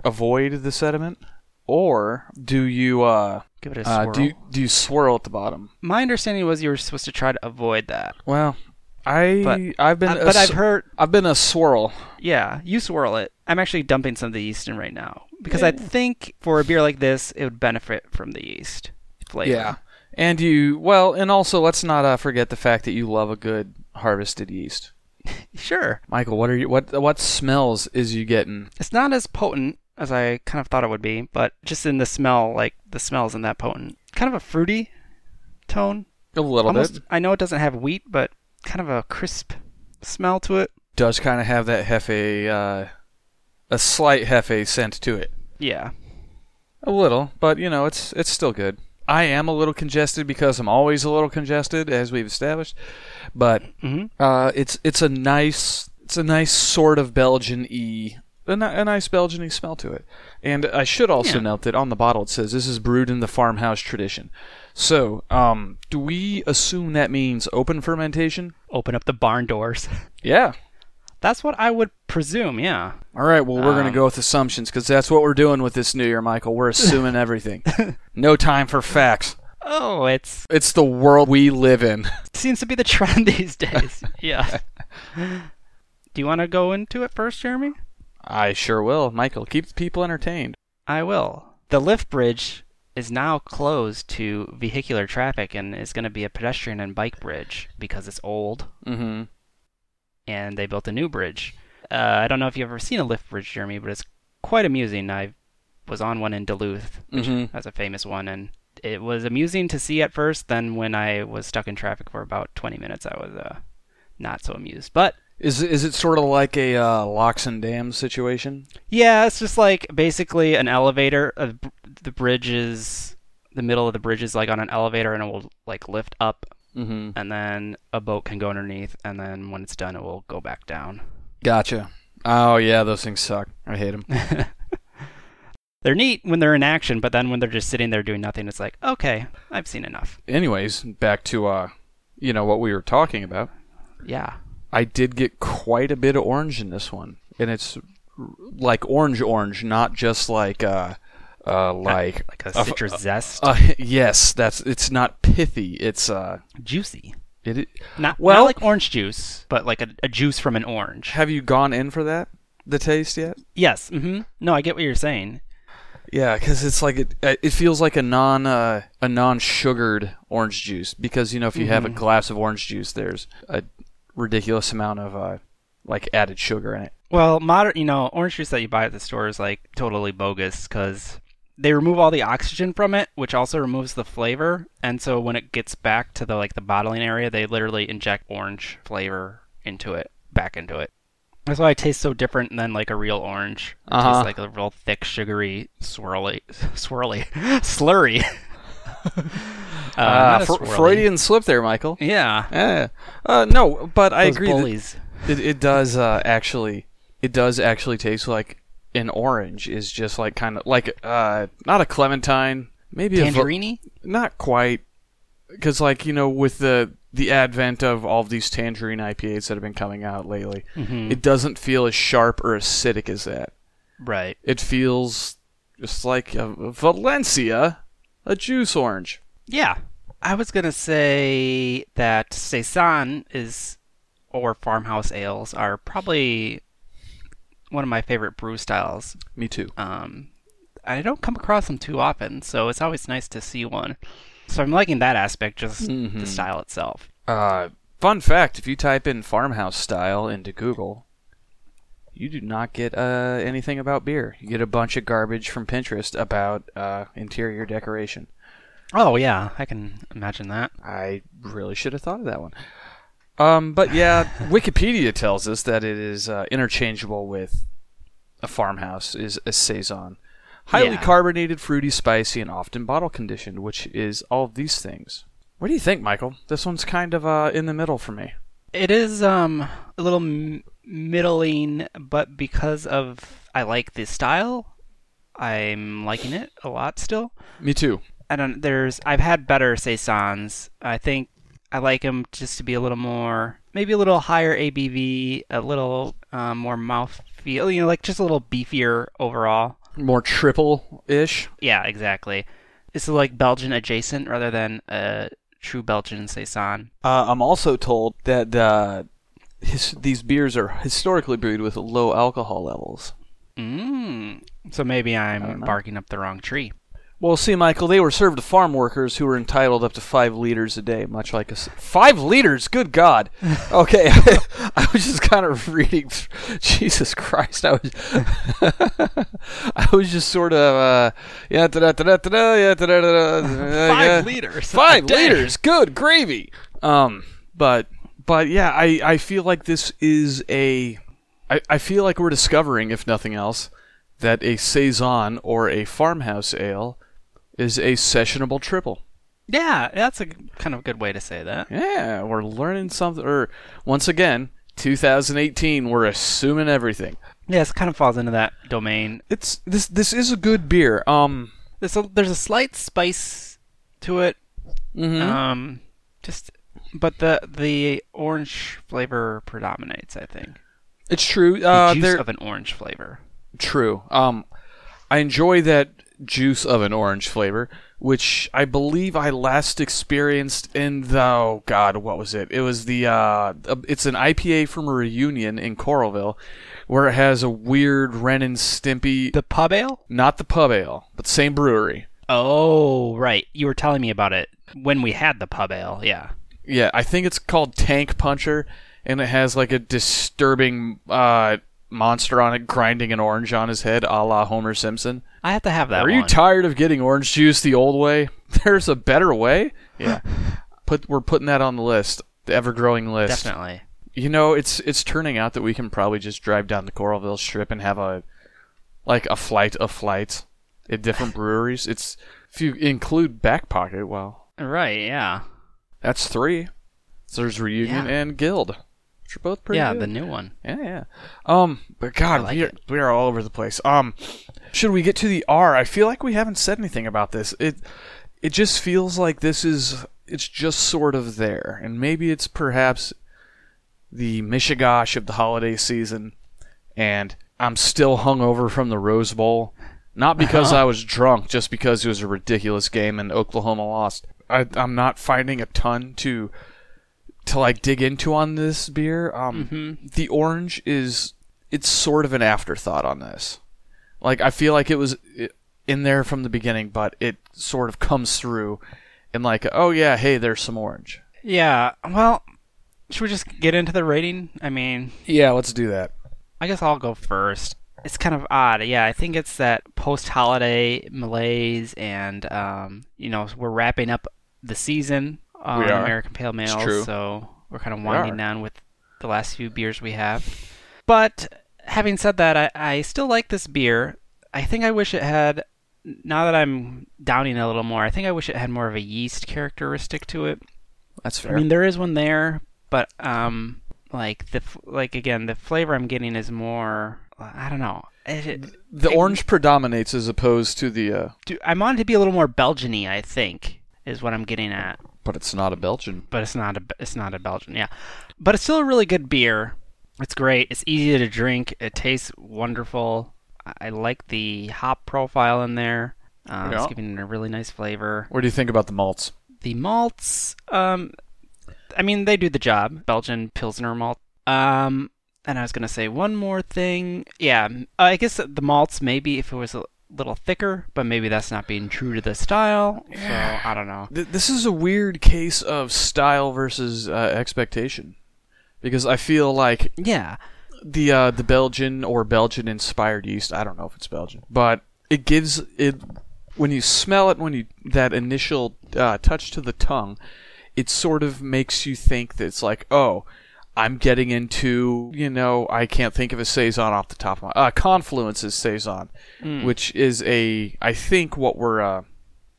Speaker 2: avoid the sediment, or do you uh,
Speaker 1: Give it a
Speaker 2: uh,
Speaker 1: swirl.
Speaker 2: do you, do you swirl at the bottom?
Speaker 1: My understanding was you were supposed to try to avoid that.
Speaker 2: Well, I
Speaker 1: But-
Speaker 2: I've been
Speaker 1: Uh,
Speaker 2: a
Speaker 1: but I've
Speaker 2: s-
Speaker 1: heard
Speaker 2: I've been a swirl.
Speaker 1: yeah, you swirl it. I'm actually dumping some of the yeast in right now because I think for a beer like this it would benefit from the yeast flavor.
Speaker 2: Yeah, and you well, and also let's not uh, forget the fact that you love a good harvested yeast.
Speaker 1: Sure.
Speaker 2: Michael, what are you what what smells is you getting?
Speaker 1: It's not as potent as I kind of thought it would be, but just in the smell, like the smell isn't that potent. Kind of a fruity tone.
Speaker 2: A little
Speaker 1: Almost
Speaker 2: bit
Speaker 1: I know it doesn't have wheat, but kind of a crisp smell to it.
Speaker 2: does kind of have that hefe uh, a slight hefe scent to it.
Speaker 1: Yeah.
Speaker 2: A little, but you know, it's it's still good. I am a little congested because I'm always a little congested, as we've established. But
Speaker 1: Mhm.
Speaker 2: uh, it's it's a nice it's a nice sort of Belgian e a, ni- a nice Belgian smell to it. And I should also
Speaker 1: Yeah.
Speaker 2: note that on the bottle it says this is brewed in the farmhouse tradition. So, um, do we assume that means open fermentation?
Speaker 1: Open up the barn doors.
Speaker 2: Yeah.
Speaker 1: That's what I would presume, [LAUGHS] yeah.
Speaker 2: All right. Well, we're going to
Speaker 1: Um,
Speaker 2: go with assumptions because that's what we're doing with this new year, Michael. We're [LAUGHS] assuming everything. no time for facts.
Speaker 1: Oh, it's
Speaker 2: It's the world we live in.
Speaker 1: seems to be the trend [LAUGHS] these days. yeah. Do you want to go into it first, Jeremy?
Speaker 2: I sure will, Michael. Keep the people entertained.
Speaker 1: I will. The lift bridge is now closed to vehicular traffic and is going to be a pedestrian and bike bridge because it's old
Speaker 2: Mm-hmm.
Speaker 1: and they built a new bridge. Uh, I don't know if you've ever seen a lift bridge, Jeremy, but it's quite amusing. I was on one in Duluth.
Speaker 2: Mm-hmm.
Speaker 1: That's a famous one, and it was amusing to see at first. Then, when I was stuck in traffic for about 20 minutes, I was uh, not so amused. But
Speaker 2: Is is it sort of like a uh, locks and dams situation?
Speaker 1: Yeah, it's just like basically an elevator. A br- the bridge is the middle of the bridge is like on an elevator, and it will like lift up,
Speaker 2: Mm-hmm.
Speaker 1: and then a boat can go underneath, and then when it's done, it will go back down. [LAUGHS]
Speaker 2: Gotcha. Oh yeah, those things suck. I hate them.
Speaker 1: They're neat when they're in action, but then when they're just sitting there doing nothing, it's like, okay, I've seen enough.
Speaker 2: Anyways, back to uh, you know what we were talking about.
Speaker 1: Yeah,
Speaker 2: I did get quite a bit of orange in this one, and it's r- like orange orange, not just like uh, uh like
Speaker 1: like
Speaker 2: a
Speaker 1: a
Speaker 2: f-
Speaker 1: citrus zest,
Speaker 2: uh, [LAUGHS] yes, that's it's not pithy. It's uh,
Speaker 1: juicy.
Speaker 2: it, it-
Speaker 1: Not
Speaker 2: Well-
Speaker 1: not like orange juice, but like a, a juice from an orange.
Speaker 2: have you gone in for that the taste yet?
Speaker 1: Yes. Mm-hmm. No, I get what you're saying.
Speaker 2: Yeah, because it's like it. uh, It feels like a non uh, a non sugared orange juice because you know if you have a glass of orange juice, there's a ridiculous amount of uh, like added sugar in it.
Speaker 1: Well, modern, you know, orange juice that you buy at the store is like totally bogus because they remove all the oxygen from it, which also removes the flavor. And so when it gets back to the like the bottling area, they literally inject orange flavor into it, back into it. That's why it tastes so different than like a real orange. It
Speaker 2: Uh-huh.
Speaker 1: tastes like a real thick, sugary, swirly, [LAUGHS] swirly, slurry. [LAUGHS] uh, not a
Speaker 2: Fre-
Speaker 1: swirly.
Speaker 2: Freudian slip there, Michael.
Speaker 1: Yeah,
Speaker 2: Eh. Uh, no, but I
Speaker 1: those
Speaker 2: agree. that
Speaker 1: bullies.
Speaker 2: It it does uh, actually it does actually taste like an orange is just like kind of like uh not a clementine maybe a vo-
Speaker 1: Tangerini?
Speaker 2: not quite because like you know with the the advent of all of these tangerine IPAs that have been coming out lately
Speaker 1: Mhm.
Speaker 2: it doesn't feel as sharp or acidic as that
Speaker 1: right.
Speaker 2: it feels just like a a Valencia a juice orange
Speaker 1: Yeah. I was going to say that Saison is, or farmhouse ales, are probably one of my favorite brew styles.
Speaker 2: me too
Speaker 1: Um, I don't come across them too often, so it's always nice to see one. So I'm liking that aspect, just
Speaker 2: Mhm.
Speaker 1: the style itself.
Speaker 2: Uh, fun fact: If you type in farmhouse style into Google, you do not get uh, anything about beer. You get a bunch of garbage from Pinterest about uh, interior decoration.
Speaker 1: Oh, yeah, I can imagine that.
Speaker 2: I really should have thought of that one. Um, but [LAUGHS] yeah, Wikipedia tells us that it is uh, interchangeable with a farmhouse is a saison, highly
Speaker 1: Yeah.
Speaker 2: carbonated, fruity, spicy, and often bottle conditioned, which is all of these things. What do you think, Michael? This one's kind of uh, in the middle for me.
Speaker 1: It is um a little m- middling, but because of I like the style, I'm liking it a lot still.
Speaker 2: Me too.
Speaker 1: I don't. There's. I've had better saisons. I think I like them just to be a little more, maybe a little higher ABV, a little um, more mouth feel. You know, like just a little beefier overall.
Speaker 2: more triple ish.
Speaker 1: Yeah, exactly. This is like Belgian adjacent rather than a true Belgian saison.
Speaker 2: Uh, I'm also told that uh, his, these beers are historically brewed with low alcohol levels.
Speaker 1: Mm. So maybe I'm barking up the wrong tree.
Speaker 2: Well, see, Michael, they were served to farm workers who were entitled up to five liters a day, much like us. Five liters? Good
Speaker 1: [LAUGHS]
Speaker 2: God. Okay. [LAUGHS] I was just kind of reading. [LAUGHS] Jesus Christ. I was [LAUGHS] I was just sort of. Uh, yeah, da da da da da yeah, da da
Speaker 1: [LAUGHS]
Speaker 2: da
Speaker 1: Five liters.
Speaker 2: Oh,
Speaker 1: [LAUGHS]
Speaker 2: five
Speaker 1: Dang.
Speaker 2: liters good gravy um but but yeah i i feel like this is a i, I feel like we're discovering if nothing else that a saison or a farmhouse ale is a sessionable triple
Speaker 1: Yeah, that's a kind of good way to say that.
Speaker 2: yeah we're learning something or once again 2018 we're assuming everything
Speaker 1: Yes, kind of falls into that domain.
Speaker 2: It's this this is a good beer. Um
Speaker 1: There's a, there's a slight spice to it.
Speaker 2: mhm.
Speaker 1: Um, just but the the orange flavor predominates. I think
Speaker 2: it's true.
Speaker 1: the
Speaker 2: Uh
Speaker 1: juice
Speaker 2: there
Speaker 1: of an orange flavor.
Speaker 2: True. Um, I enjoy that juice of an orange flavor, which I believe I last experienced in the oh god, what was it? It was the uh, it's an IPA from a reunion in Coralville, where it has a weird Ren and Stimpy,
Speaker 1: The pub ale.
Speaker 2: not the pub ale, but same brewery.
Speaker 1: Oh, right. You were telling me about it when we had the pub ale. Yeah.
Speaker 2: Yeah, I think it's called Tank Puncher, and it has like a disturbing uh, monster on it grinding an orange on his head, a la Homer Simpson.
Speaker 1: I have to have that
Speaker 2: Are you
Speaker 1: one.
Speaker 2: tired of getting orange juice the old way? [LAUGHS] There's a better way. Yeah. Put we're putting that on the list, the ever-growing list.
Speaker 1: Definitely.
Speaker 2: You know, it's it's turning out that we can probably just drive down the Coralville Strip and have a like a flight of flights
Speaker 1: [LAUGHS]
Speaker 2: at different breweries. It's if you include Back Pocket, well,
Speaker 1: Right. Yeah.
Speaker 2: that's three. So there's Reunion
Speaker 1: Yeah.
Speaker 2: and Guild, which are both pretty.
Speaker 1: yeah.
Speaker 2: good.
Speaker 1: The new one.
Speaker 2: Yeah, yeah. Um, but God,
Speaker 1: like
Speaker 2: we are,
Speaker 1: it.
Speaker 2: we are all over the place. Um, should we get to the R? I feel like we haven't said anything about this. It it just feels like this is it's just sort of there, and maybe it's perhaps the Michigash of the holiday season, and I'm still hungover from the Rose Bowl. Not because
Speaker 1: Uh-huh.
Speaker 2: I was drunk, just because it was a ridiculous game and Oklahoma lost. I, I'm not finding a ton to to like dig into on this beer. Um, The orange is it's sort of an afterthought on this. Like I feel like it was i- in there from the beginning, but it sort of comes through and like, oh yeah, hey, there's some orange.
Speaker 1: Yeah. Well, should we just get into the rating? I mean,
Speaker 2: Yeah, let's do that.
Speaker 1: I guess I'll go first. It's kind of odd. Yeah, I think it's that post holiday malaise, and, um, you know, we're wrapping up the season on
Speaker 2: We are.
Speaker 1: American Pale Male.
Speaker 2: true.
Speaker 1: So we're kind of
Speaker 2: We
Speaker 1: winding
Speaker 2: are.
Speaker 1: down with the last few beers we have. But having said that, I, I still like this beer. I think I wish it had, now that I'm downing a little more, I think I wish it had more of a yeast characteristic to it.
Speaker 2: That's
Speaker 1: I
Speaker 2: fair.
Speaker 1: mean, there is one there, but um, like the f- like again, the flavor I'm getting is more. I don't know. It, it-
Speaker 2: the
Speaker 1: it-
Speaker 2: orange predominates as opposed to the, uh,
Speaker 1: do- I want it to be a little more Belgiany. I think is what I'm getting at,
Speaker 2: but it's not a Belgian.
Speaker 1: but it's not a it's not a Belgian. Yeah, but it's still a really good beer. It's great. It's easy to drink. It tastes wonderful. I- I like the hop profile in there. Um, It's
Speaker 2: Yeah.
Speaker 1: giving it a really nice flavor.
Speaker 2: What do you think about the malts?
Speaker 1: The malts, um, I mean, they do the job. Belgian Pilsner malt. Um, and I was gonna say one more thing. Yeah, m- I guess the malts maybe if it was a little thicker, but maybe that's not being true to the style. So I don't know.
Speaker 2: Th- this is a weird case of style versus uh, expectation, because I feel like
Speaker 1: Yeah,
Speaker 2: the uh, the Belgian or Belgian inspired yeast. I don't know if it's Belgian, but it gives it when you smell it when you that initial uh, touch to the tongue, it sort of makes you think that it's like oh. I'm getting into, you know, I can't think of a saison off the top of my. Uh, Confluence is saison, which is a, I think what we're, uh,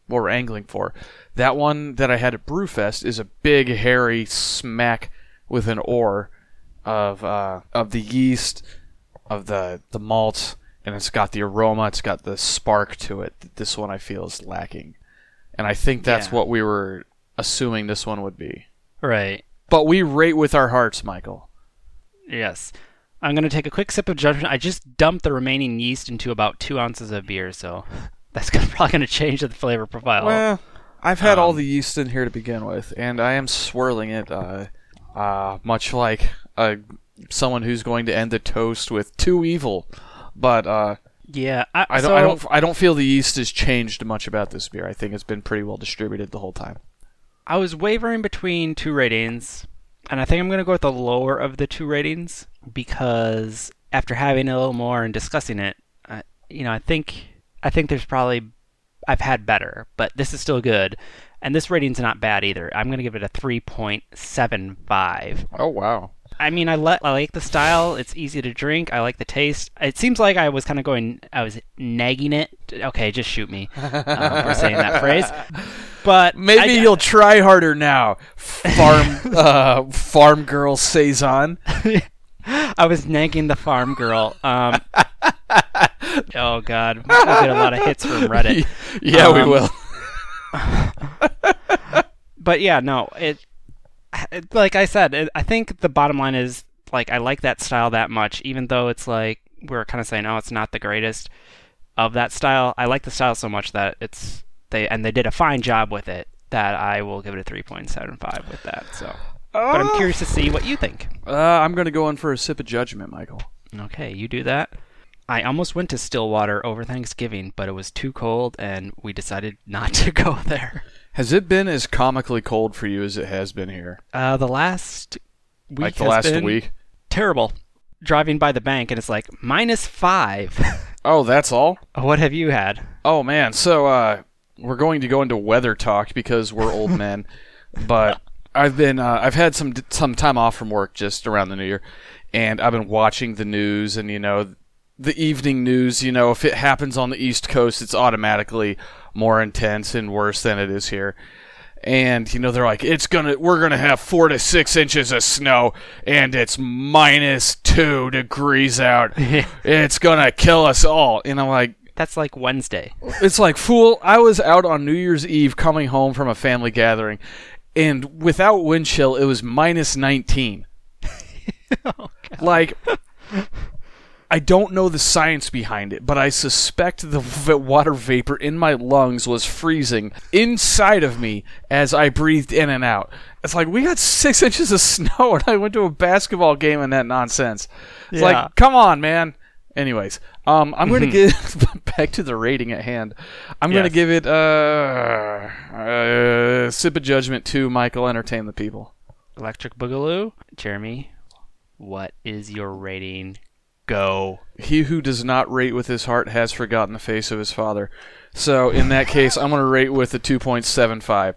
Speaker 2: what we're angling for. That one that I had at Brewfest is a big hairy smack with an oar of uh, of the yeast, of the the malt, and it's got the aroma. It's got the spark to it. that This one I feel is lacking, and I think that's
Speaker 1: Yeah.
Speaker 2: what we were assuming this one would be.
Speaker 1: right.
Speaker 2: But we rate with our hearts, Michael.
Speaker 1: Yes. I'm gonna take a quick sip of judgment. I just dumped the remaining yeast into about two ounces of beer, so [LAUGHS] that's gonna, probably gonna change the flavor profile.
Speaker 2: Well, I've had all the yeast in here to begin with, and I am swirling it, uh, uh, much like uh, someone who's going to end the toast with "too evil." But uh,
Speaker 1: yeah, I,
Speaker 2: I don't,
Speaker 1: so-
Speaker 2: I don't, I don't feel the yeast has changed much about this beer. I think it's been pretty well distributed the whole time.
Speaker 1: I was wavering between two ratings, and I think I'm going to go with the lower of the two ratings because after having a little more and discussing it, I, you know, I think I think there's probably I've had better, but this is still good, and this rating's not bad either. I'm going to give it a 3.75.
Speaker 2: Oh wow!
Speaker 1: I mean, I, li- I like the style. It's easy to drink. I like the taste. It seems like I was kind of going, I was nagging it. Okay, just shoot me uh, for saying that phrase. But
Speaker 2: Maybe
Speaker 1: I- [LAUGHS]
Speaker 2: you'll try harder now, farm uh, farm girl saison.
Speaker 1: [LAUGHS] I was nagging the farm girl. Um, oh God, we'll get a lot of hits from Reddit.
Speaker 2: yeah, we
Speaker 1: Um,
Speaker 2: will.
Speaker 1: But yeah, no, it. it- Like I said, it, I think the bottom line is like I like that style that much, even though it's like we're kind of saying, oh, it's not the greatest of that style. I like the style so much that it's they and they did a fine job with it that I will give it a three point seven five with that. So, but I'm curious to see what you think.
Speaker 2: Uh, I'm going to go in for a sip of judgment, Michael.
Speaker 1: Okay, you do that. I almost went to Stillwater over Thanksgiving, but it was too cold and we decided [LAUGHS] not to go there.
Speaker 2: Has it been as comically cold for you as it has been here?
Speaker 1: Uh, the last week
Speaker 2: like the
Speaker 1: has
Speaker 2: last
Speaker 1: been
Speaker 2: week?
Speaker 1: terrible. Driving by the bank and it's like minus five. [LAUGHS]
Speaker 2: Oh, that's all?
Speaker 1: what have you had?
Speaker 2: Oh, man. So, uh, we're going to go into weather talk because we're old men. But I've been, uh, I've had some, some time off from work just around the new year. And I've been watching the news and, you know, the evening news, you know, if it happens on the East Coast, it's automatically more intense and worse than it is here. and you know they're like it's gonna we're gonna have four to six inches of snow and it's minus two degrees out it's gonna kill us all and i'm like
Speaker 1: That's like Wednesday.
Speaker 2: it's like fool i was out on new year's eve coming home from a family gathering and without wind chill it was minus 19 like I don't know the science behind it, but I suspect the v- water vapor in my lungs was freezing inside of me as I breathed in and out. It's like we got six [LAUGHS] inches of snow, and I went to a basketball game and that nonsense. It's
Speaker 1: Yeah.
Speaker 2: like, come on, man. Anyways, um, I'm going to give [LAUGHS] back to the rating at hand. I'm going to
Speaker 1: Mm-hmm. Yes.
Speaker 2: give it uh, uh, sip of judgment to Michael. Entertain the people.
Speaker 1: Electric Boogaloo. Jeremy, what is your rating? Go.
Speaker 2: He who does not rate with his heart has forgotten the face of his father. So in that case, I'm going to rate with a 2.75.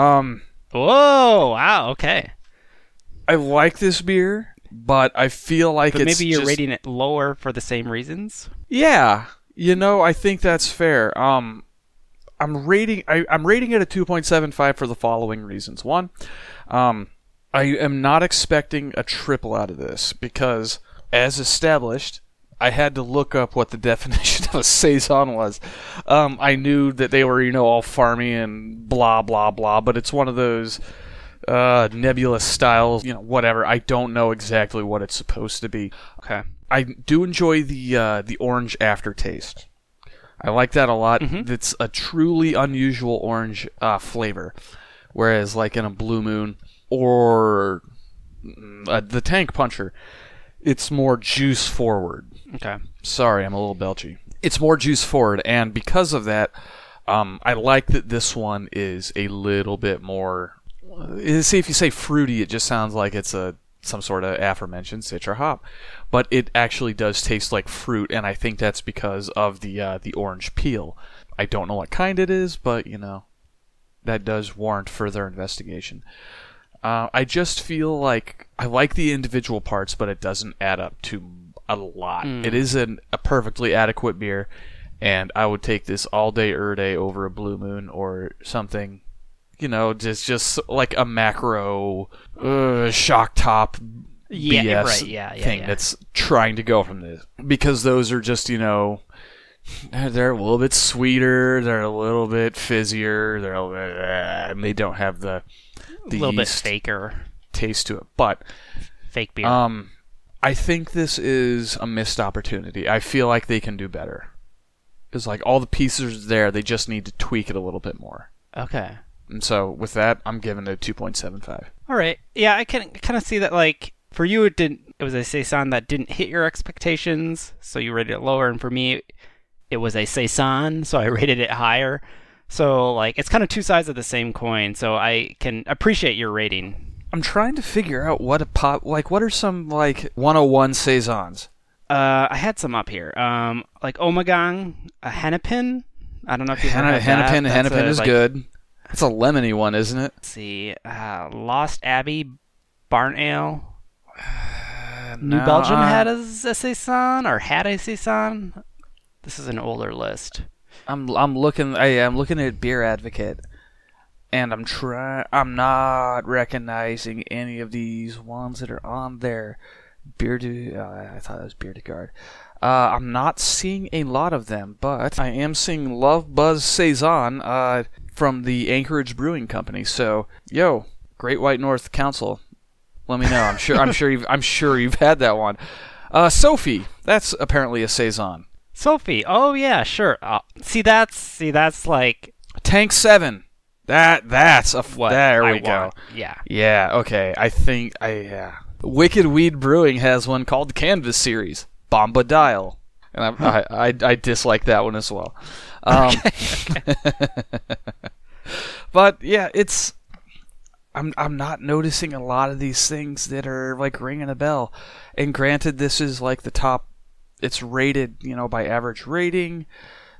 Speaker 2: Um,
Speaker 1: Whoa! Wow. Okay.
Speaker 2: I like this beer, but I feel like
Speaker 1: But
Speaker 2: it's
Speaker 1: maybe you're
Speaker 2: just-
Speaker 1: rating it lower for the same reasons.
Speaker 2: Yeah, you know, I think that's fair. Um, I'm rating I, I'm rating it a 2.75 for the following reasons. One, um, I am not expecting a triple out of this because, as established, I had to look up what the [LAUGHS] definition of a saison was. Um, I knew that they were you know all farmy and blah blah blah, but it's one of those uh, nebulous styles, you know, whatever. I don't know exactly what it's supposed to be.
Speaker 1: Okay.
Speaker 2: I do enjoy the uh, the orange aftertaste. I like that a lot. It's a truly unusual orange uh, flavor, whereas like in a Blue Moon or mm, uh, the Tank Puncher, it's more juice forward.
Speaker 1: Okay.
Speaker 2: Sorry, I'm a little belchy. It's more juice forward, and because of that, um, I like that this one is a little bit more. uh, See, if you say fruity, it just sounds like it's a some sort of aforementioned citra hop, but it actually does taste like fruit, and I think that's because of the uh, the orange peel. I don't know what kind it is, but you know, that does warrant further investigation. Uh, I just feel like I like the individual parts, but it doesn't add up to a lot.
Speaker 1: Hmm.
Speaker 2: It is an, a perfectly adequate beer, and I would take this all day, er day over a Blue Moon or something. You know, just just like a macro uh, shock top
Speaker 1: Yeah,
Speaker 2: BS
Speaker 1: right, yeah, yeah,
Speaker 2: thing
Speaker 1: yeah.
Speaker 2: that's trying to go from this because those are just you know they're a little bit sweeter, they're a little bit fizzier, they're a little bit, eh, and they don't have the
Speaker 1: A
Speaker 2: the
Speaker 1: little bit
Speaker 2: yeast
Speaker 1: faker.
Speaker 2: taste to it. But
Speaker 1: Fake beer.
Speaker 2: um, I think this is a missed opportunity. I feel like they can do better. It's like all the pieces are there; they just need to tweak it a little bit more.
Speaker 1: okay.
Speaker 2: And so, with that, I'm giving it a 2.75.
Speaker 1: All right. Yeah, I can kind of see that. Like for you, it didn't. It was a saison that didn't hit your expectations, so you rated it lower. And for me, it was a saison, so I [LAUGHS] rated it higher. So like it's kind of two sides of the same coin. So I can appreciate your rating.
Speaker 2: I'm trying to figure out what a pop like. What are some like 101 saisons?
Speaker 1: Uh, I had some up here. Um, like omegang, a hennepin. I don't know if you
Speaker 2: Henna-
Speaker 1: have that.
Speaker 2: Hennepin,
Speaker 1: That's
Speaker 2: Hennepin
Speaker 1: a,
Speaker 2: is
Speaker 1: like,
Speaker 2: good. It's a lemony one, isn't it?
Speaker 1: Let's see, uh, Lost Abbey, Barn Ale. New
Speaker 2: No,
Speaker 1: Belgium
Speaker 2: uh,
Speaker 1: had a, a saison or had a saison. This is an older list.
Speaker 2: I'm I'm looking I am looking at Beer Advocate and I'm trying I'm not recognizing any of these ones that are on there. Beer de, uh, I thought it was Beer de Garde. Uh, I'm not seeing a lot of them, but I am seeing Love Buzz Saison uh, from the Anchorage Brewing Company. So, yo, Great White North Council, let me know. I'm sure. I'm sure. You've, I'm sure you've had that one. Uh, Sophie, that's apparently a saison.
Speaker 1: Sophie. Oh yeah, sure. Uh, see that's see that's like
Speaker 2: Tank Seven. That that's a
Speaker 1: what
Speaker 2: there
Speaker 1: I
Speaker 2: we go.
Speaker 1: want. Yeah.
Speaker 2: Yeah. Okay. I think I yeah. Wicked Weed Brewing has one called Canvas Series Bomba Dial, and I'm, I, I I dislike that one as well. Um, [LAUGHS] but yeah, it's I'm I'm not noticing a lot of these things that are like ringing a bell. And granted, this is like the top. It's rated, you know, by average rating.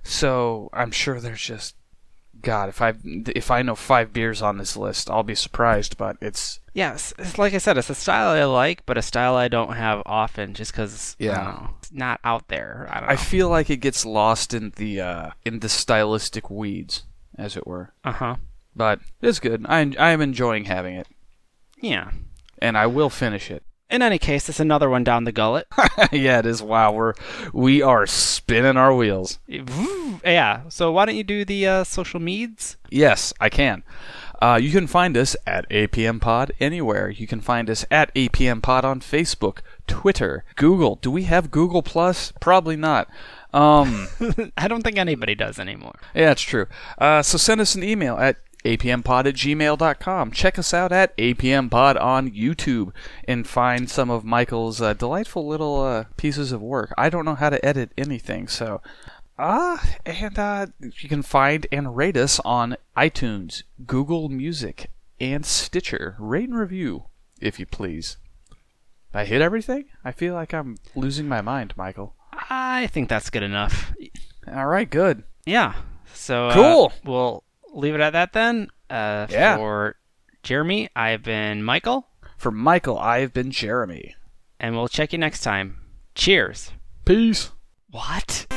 Speaker 2: So I'm sure there's just God. If I if I know five beers on this list, I'll be surprised. But it's
Speaker 1: Yes, it's like I said, it's a style I like, but a style I don't have often, just because
Speaker 2: Yeah.
Speaker 1: it's not out there. I don't know.
Speaker 2: I feel like it gets lost in the uh, in the stylistic weeds, as it were.
Speaker 1: uh huh.
Speaker 2: But it's good. I I am enjoying having it,
Speaker 1: Yeah.
Speaker 2: and I will finish it. [LAUGHS]
Speaker 1: In any case, it's another one down the gullet.
Speaker 2: yeah, it is. Wow, we're we are spinning our wheels.
Speaker 1: yeah. So why don't you do the uh, social meds?
Speaker 2: Yes, I can. Uh, you can find us at APM Pod anywhere. You can find us at APM Pod on Facebook, Twitter, Google. Do we have Google Plus? Probably not. Um,
Speaker 1: [LAUGHS] I don't think anybody does anymore.
Speaker 2: yeah, it's true. Uh, so send us an email at apmpod at gmail.com. Check us out at apmpod on YouTube and find some of Michael's uh, delightful little uh, pieces of work. I don't know how to edit anything, so. Ah, and uh, you can find and rate us on iTunes, Google Music, and Stitcher. Rate and review, if you please. I hit everything? I feel like I'm losing my mind, Michael.
Speaker 1: I think that's good enough.
Speaker 2: All right, good.
Speaker 1: Yeah. So uh,
Speaker 2: Cool.
Speaker 1: we'll leave it at that then. Uh,
Speaker 2: Yeah.
Speaker 1: For Jeremy, I've been Michael,
Speaker 2: For Michael, I've been Jeremy.
Speaker 1: and we'll check you next time. Cheers.
Speaker 2: Peace.
Speaker 1: What?